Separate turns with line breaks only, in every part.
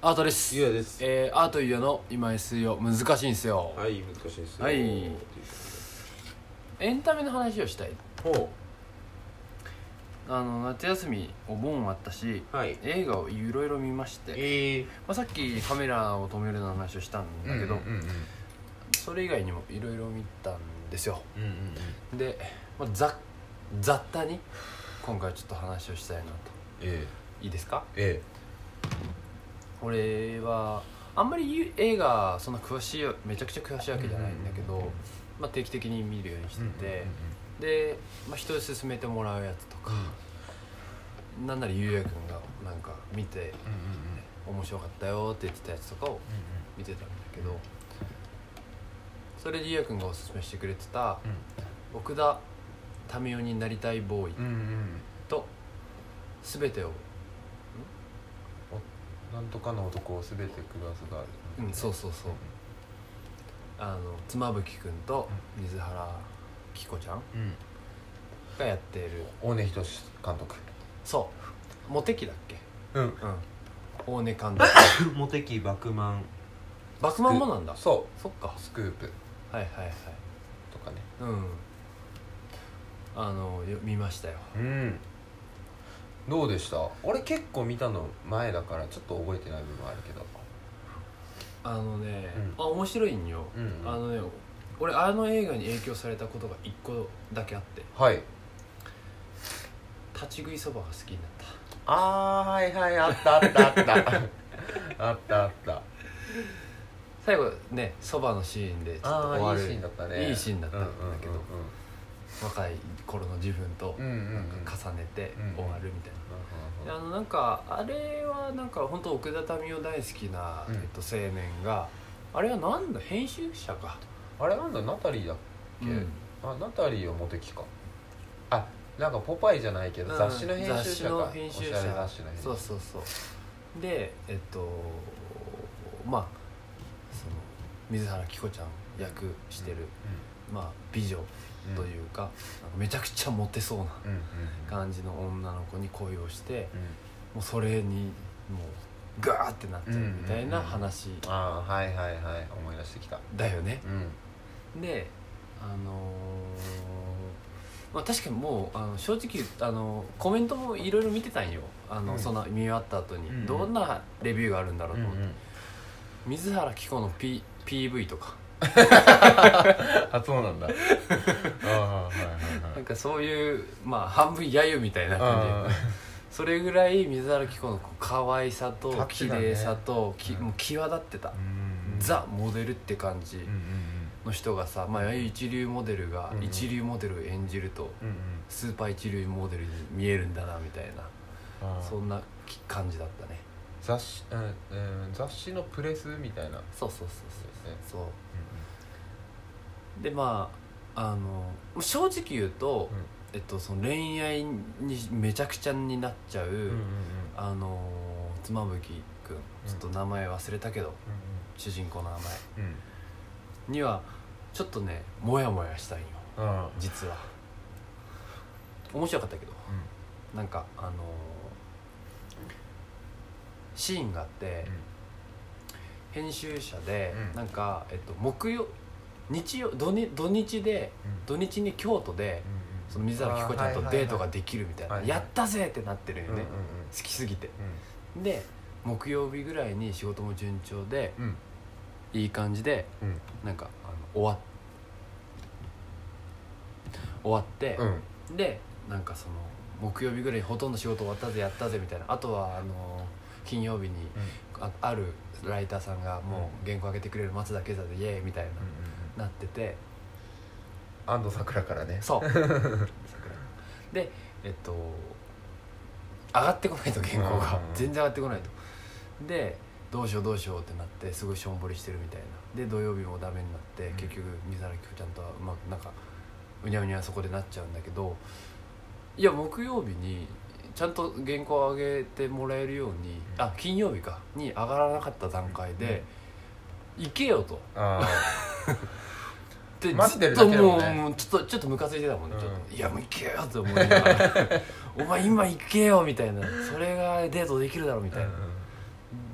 アートです
ゆうやです
えー、アートゆうやの今 SEO 難しいんすよ、
はい難しいですよ
はい
という
エンタメの話をしたい
ことでほ
あの夏休みお盆あったし
うはい
映画をいろいろ見まして、
え
まあ、さっきカメラを止めるの話をしたんだけど、
うんうんうん
それ以外にもいろいろ見たんですよ
うんうん
で、まあ、ざ雑多に今回ちょっと話をしたいなと
え
いいですか
ええ
俺はあんまりゆ映画そんな詳しいめちゃくちゃ詳しいわけじゃないんだけど、
うんうんうん
まあ、定期的に見るようにしてて、
え
で、まあ、人に勧めてもらうやつとか、なんならゆうやくんがなんか見て
うんうんうんうん
面白かったよって言ってたやつとかを見てたんだけどそれでゆうやくんがおすすめしてくれてた奥田民生になりたいボーイ
うんうんうんうん
と全てを、
うんなんとかの男をすべてクラスがある
うん、そうそうそうあの妻夫木くんと水原希子ちゃん
うんうん
がやっている
大根仁監督
そうモテキだっけ
うん
うん大根監 督
モテキバクマン
バスマンもなんだ
そ
そっか
うスクープ
はいはいはい
とかね
うんあのよ見ましたよ
うんどうでした俺結構見たの前だからちょっと覚えてない部分あるけど
あのね、
う
あ
ん
面白いんよ、
うんうん
あのね俺あの映画に影響されたことが一個だけあって
はい
立ち食いそばが好きになった
あーはいはいあったあったあった あったあった
最後ねそばのシーンでちょっと
あ
終わ
あい
る
いシーンだったね
いいシーンだったんだけど、
う
若い頃の自分と
んうんうんうんうんうん
重ねて
うん
終わるみたいな、
うん
であのなんかあれはなんか本当奥田民生大好きな、
うん
えっと、青年があれはなんだ編集者か、
あれなんだナタリーだっけ、
うん
あナタリーはモテキかあなんかポパイじゃないけど、
うん
雑誌の編集
雑誌
者か
の編集者
おしゃれ雑誌の編集
そうそうそうでえっとまあその水原希子ちゃん役してる、まあ、美女
うん
というか,、なんかめちゃくちゃモテそうな
うんうんうん
感じの女の子に恋をして
うん
もうそれにもうガーってなっちゃうみたいな話
ああはいはいはい思い出してきた
だよね、
うん
であのーまあ、確かにもうあの正直言うあのコメントもいろいろ見てたんよあの、
うん
その見終わった後に、
うんうん
どんなレビューがあるんだろう
う
と
ん
思っ
う
て、
ん
水原希子の、P、PV とか
あそ うなんだああはいはいは
なん
い
かそういうまあ半分揶揄みたいな感
あ
じそれぐらい水原希子のこう可愛さと
タッ
綺
チだね
麗さと、き
うん
もう際立ってた
ーう、ん
ザモデルって感じ
うんうん
の人がさ、まあ、一流モデルが
うんうん
一流モデルを演じると、
うんうん
スーパー一流モデルに見えるんだなみたいな
あー
そんなき感じだったね
雑誌うんうん雑誌のプレスみたいなや
そうそうそう
つですね
そうそうでまああのもう正直言うと、
うん
えっと、その恋愛にめちゃくちゃになっちゃう、
うんうんうん
あのー妻夫木君ちょっと名前忘れたけど、主人公の名前
うんうんうん
にはちょっとねモヤモヤしたいよ
あ
実は面白かったけど
ーうん
なんかあのーシーンがあって、編集者で、
うん
なんか、えっと、木曜日曜土日土日で
うん
土日に京都で、その水原希子ちゃんとデートができるみたいな、
はいはいはい
やったぜってなってるよね、
うんうん
好きすぎてで木曜日ぐらいに仕事も順調で
うんうん
いい感じで
うん
なんかあの終わっ終わって
う、んうん
でなんかその木曜日ぐらいにほとんど仕事終わったぜやったぜみたいなあとはあの金曜日にああるライターさんがもう原稿上げてくれる松田圭太でイエーイみたいな、
うん
なってて
安藤サクラからね
そう桜 でえっと上がってこないと原稿が
うんうん
全然上がってこないとでどうしようどうしようってなってすごいしょんぼりしてるみたいなで土曜日もダメになって、
うん
結局水原希子ちゃんとはうまくなんかうにゃうにゃそこでなっちゃうんだけどいや木曜日にちゃんと原稿を上げてもらえるように、
うん
あ金曜日かに上がらなかった段階で、行けよと
あ
で
待ってる
ずっ
だ
と
けだ
もう
も
ん
ね
もうちょっとちょっとムカついてたもんね、ちょっ
う
と
ん
いやもう行けよって思いながらお前今行けよみたいなそれがデートできるだろみ
あ
たいな、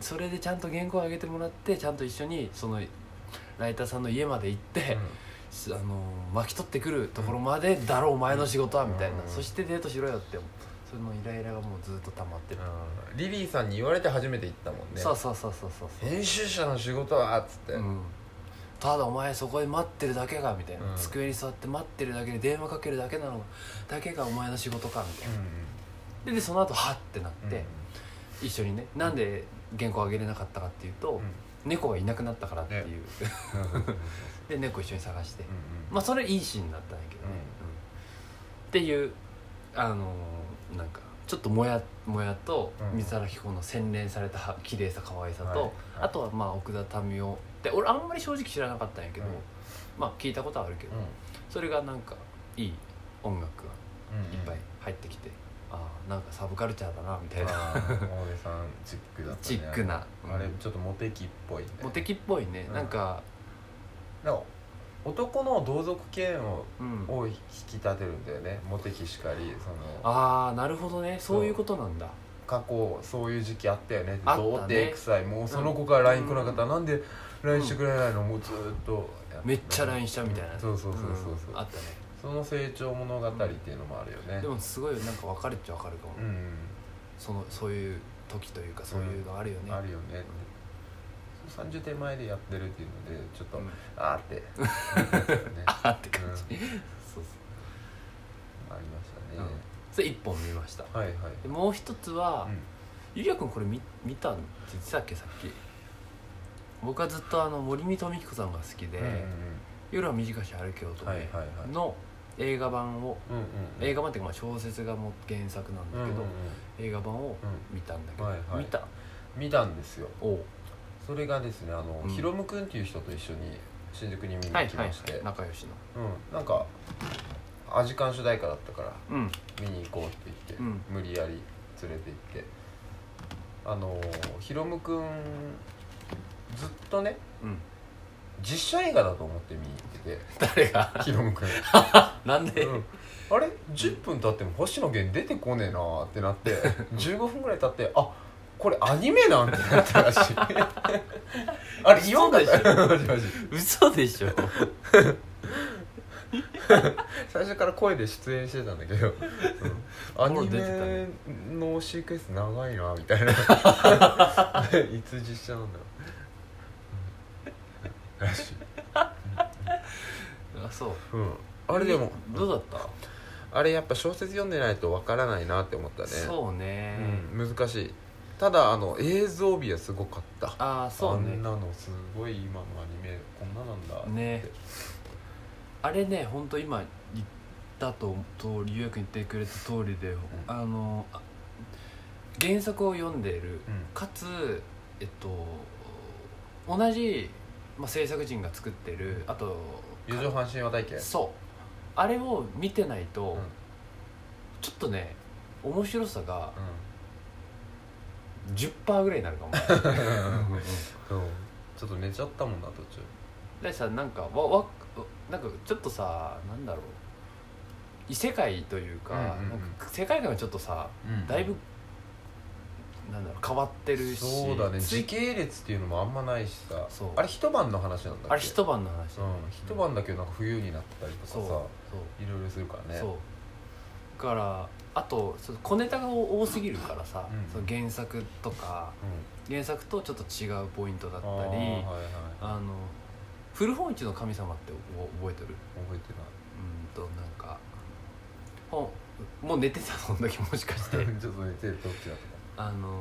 それでちゃんと原稿を上げてもらってちゃんと一緒にそのライターさんの家まで行って、あの巻き取ってくるところまでだろお前の仕事はみたいな、
うん
そしてデートしろよってそのイライラがもうずっと溜まってる、
うんリリーさんに言われて初めて行ったもんね
そうそうそうそうそうそう
編集者の仕事はっつって、
うん、ただお前そこで待ってるだけがみたいな、
うん
机に座って待ってるだけで電話かけるだけなのだけがお前の仕事かみたいな、ででその後はってなっ
うん
て、一緒にねなんで原稿あげれなかったかっていうと、
うん
猫がいなくなったからっていう、
ね
で猫一緒に探して、
うん
まあそれいいシーンだったんやけどね、う
う
んっていうあのーなんかちょっともやもやと
うん
水原希子の洗練された綺麗さ可愛さと、
はい
あとはまあ奥田民生で俺あんまり正直知らなかったんやけど、
うん
まあ聞いたことはあるけど、それがなんかいい音楽が
うん
いっぱい入ってきて、ああなんかサブカルチャーだ なみたいな、
あー大江さんチックだったね
チックな、うん
あれちょっとモテキっぽいね
モテキっぽいね、
うん
なんか
なんか男の同族嫌悪を
うん
を引き立てるんだよねモテキしかりその
ああなるほどねそういうことなんだ
過去そういう時期あったよね
あったね
どうってエクサイもうその子から LINE 来なかった、
うん
なんで LINE してくれないの、もうずーっとや
めっちゃ LINE したみたいな、
そうそうそうそうそう、
んあったね
その成長物語っていうのもあるよね
でもすごいなんか分かるっちゃ分かるかも、
うん、
そのそういう時というかそういうのあるよね、
あるよねそう30手前でやってるっていうのでちょっと、
うん
あーって、 ね、
あーって感じ、
う
そうそう
ありましたね、
それ1本見ました
はいはい
でもう一つは、
うん
ゆりやくんこれ見見たんって言ってたっけさっき僕はずっとあの森見と美紀子さんが好きで「
うんうん
夜は短し歩けよ」と
うん
か
はいはいはい
の映画版を
うんうんうん
映画版っていうかまあ小説がもう原作なんだけど、
うんうん
映画版を
うんうん
見たんだけど、
はいはい
見た
見たんですよ
おう
それがですねあの、
うん
ヒロムくんっていう人と一緒に新宿に見に
は
行
い
き
はい
まして、
仲良しの
うん、なんかアジカン主題歌だったから
うん
見に行こうって言って、
うん
無理やり連れて行ってあのヒロムくんずっとね
うん
実写映画だと思って見に行って
誰が
てヒロムくん
なんで、
うんあれ10分経っても星野源出てこねえなーってなって15分ぐらい経ってあこれアニメなんてなったら しいあれ言わんかった マジマジ
嘘でしょ
最初から声で出演してたんだけ ど、アニメのシークエンス長いなみた いないつ実写なんだろう、うんらしい、
あそう
うん、あれでも
どうだった、
あれやっぱ小説読んでないとわからないなって思ったね
そうね、
うん、難しいただあの映像美はすごかった
ああそう
あん
ね
なのすごい今のアニメこんななんだって
ねあれね本当今言ったと通りゆうやくん言ってくれた通りで、あのあ原作を読んでいる
うん
かつえっと同じ、まあ、制作人が作ってるあと
友情半身話体験
そうあれを見てないと、
うん
ちょっとね面白さが10%ぐらいになるかもうん
そうちょっと寝ちゃったもんな途中
でさなんかわわなんかちょっとさなんだろう異世界というか,、
うんうんうん
なんか世界観がちょっとさだいぶ、なんだろう変わってるし
そうだね
つい
時系列っていうのもあんまないしさ
そう
あれ一晩の話なんだっけ
あれ一晩の話、
うん一晩だけどなんか冬になったりとかさ
そうそう
いろいろするからね
そうだからあとその小ネタが多すぎるからさ、
うん
その原作とか
うん
原作とちょっと違うポイントだったり
あーはいはい
あの古本市の神様ってお覚えてるう
覚え
んとなんか本もう寝てたその時もしかして
てない ちょっと寝てるどっちだと
あのー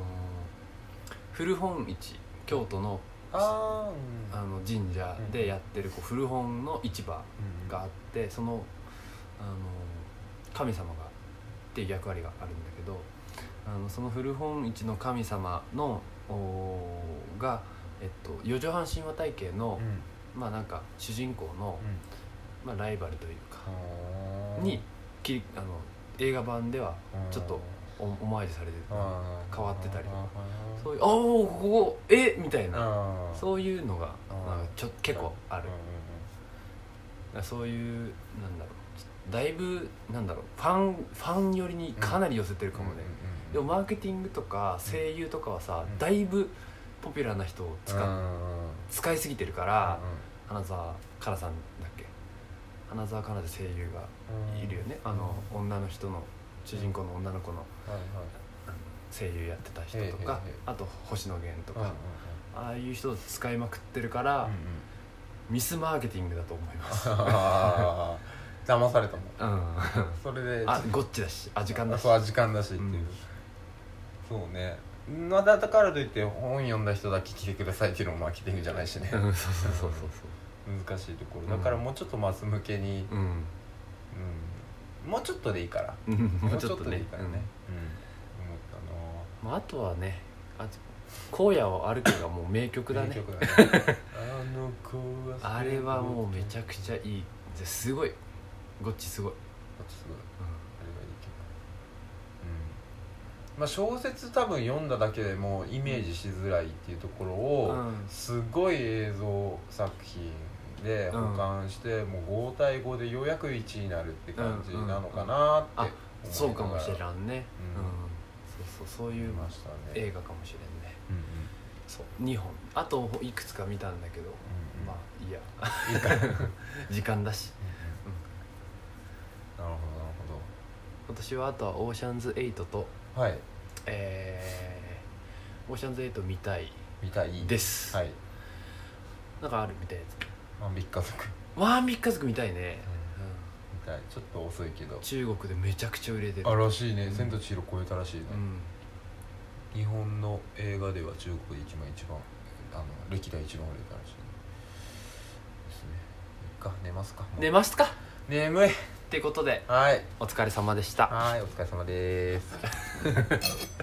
古本市京都の
あ
あ
あ
の神社でやってるこう古本の市場があってその、あのー神様がっていう役割があるんだけどあのその古本市の神様のおーが、えっと、四畳半神話体系の、まあなんか主人公の、まあ、ライバルというか、にきりあの映画版ではちょっとおオマージュされてる変
変
わってたりとかそうういう「おおここえみたいな
あー
そういうのが
あー
なんかちょ結構ある
うん
だからそういうなんだろうだいぶなんだろうファンファン寄りにかなり寄せてるかもね、でもマーケティングとか声優とかはさ、
うん
だいぶポピュラーな人を使,、使いすぎてるから、花澤香菜さんだっけ花澤香菜で声優がいるよね、あの女の人の主人公の女の子の声優やってた人とか、
へえへえへえ
あと星野源とか、ああいう人を使いまくってるから、ミスマーケティングだと思い ます、
騙されたもん
うん
それで
あゴッチだしあ時間だし
そう時間だしっていう、
うん
そうねまだだからといって本読んだ人だけ来てくださいっていうのもマーケティングじゃないしね
うんそうそうそうそう
難しいとこ
うん
ろだからもうちょっとマス向けに、
そううん
うんもうちょっとでいいから
うんもうちょっと
でいい
ね
からね、うん思ったなぁ
まあ、あとはねあ荒野を歩けがもう名曲だ
名
ね
曲だねあの子は
あれはもうめちゃくちゃいいですごいゴッチすごい、
すごいあれがいい曲うんまあ小説多分読んだだけでもイメージしづらいっていうところ
う
を、
ん
すごい映像作品で保管して、もう5対5でようやく1になるって感じなのかなって
うん
思いなが
あ
ら
そうかもしれんね、
うん
うんそうそうそうい
見
う
ましたね
映画かもしれんね
うんうん
そう2本あといくつか見たんだけど、
うんうん
まあいいや
いいかななるほ
時間だし
どなる
今年はあとはオーシャンズ8と
ほどはい
えー、オーシャンズ8見たい
見たい
です、
はい
なんかあるみたいなや
万引き家族
つワンビッカ族見たいね、
う
うん
見たいちょっと遅いけど
中国でめちゃくちゃ売れてる
あらしいうね
ん
「千と千尋」超えたらしいね、
うん
日本の映画では中国で一番一番あの歴代一番売れたらしいねですねいっか寝ますかもう
寝ますかっ
眠い
てことで
はい
お疲れ様でした
はいお疲れ様です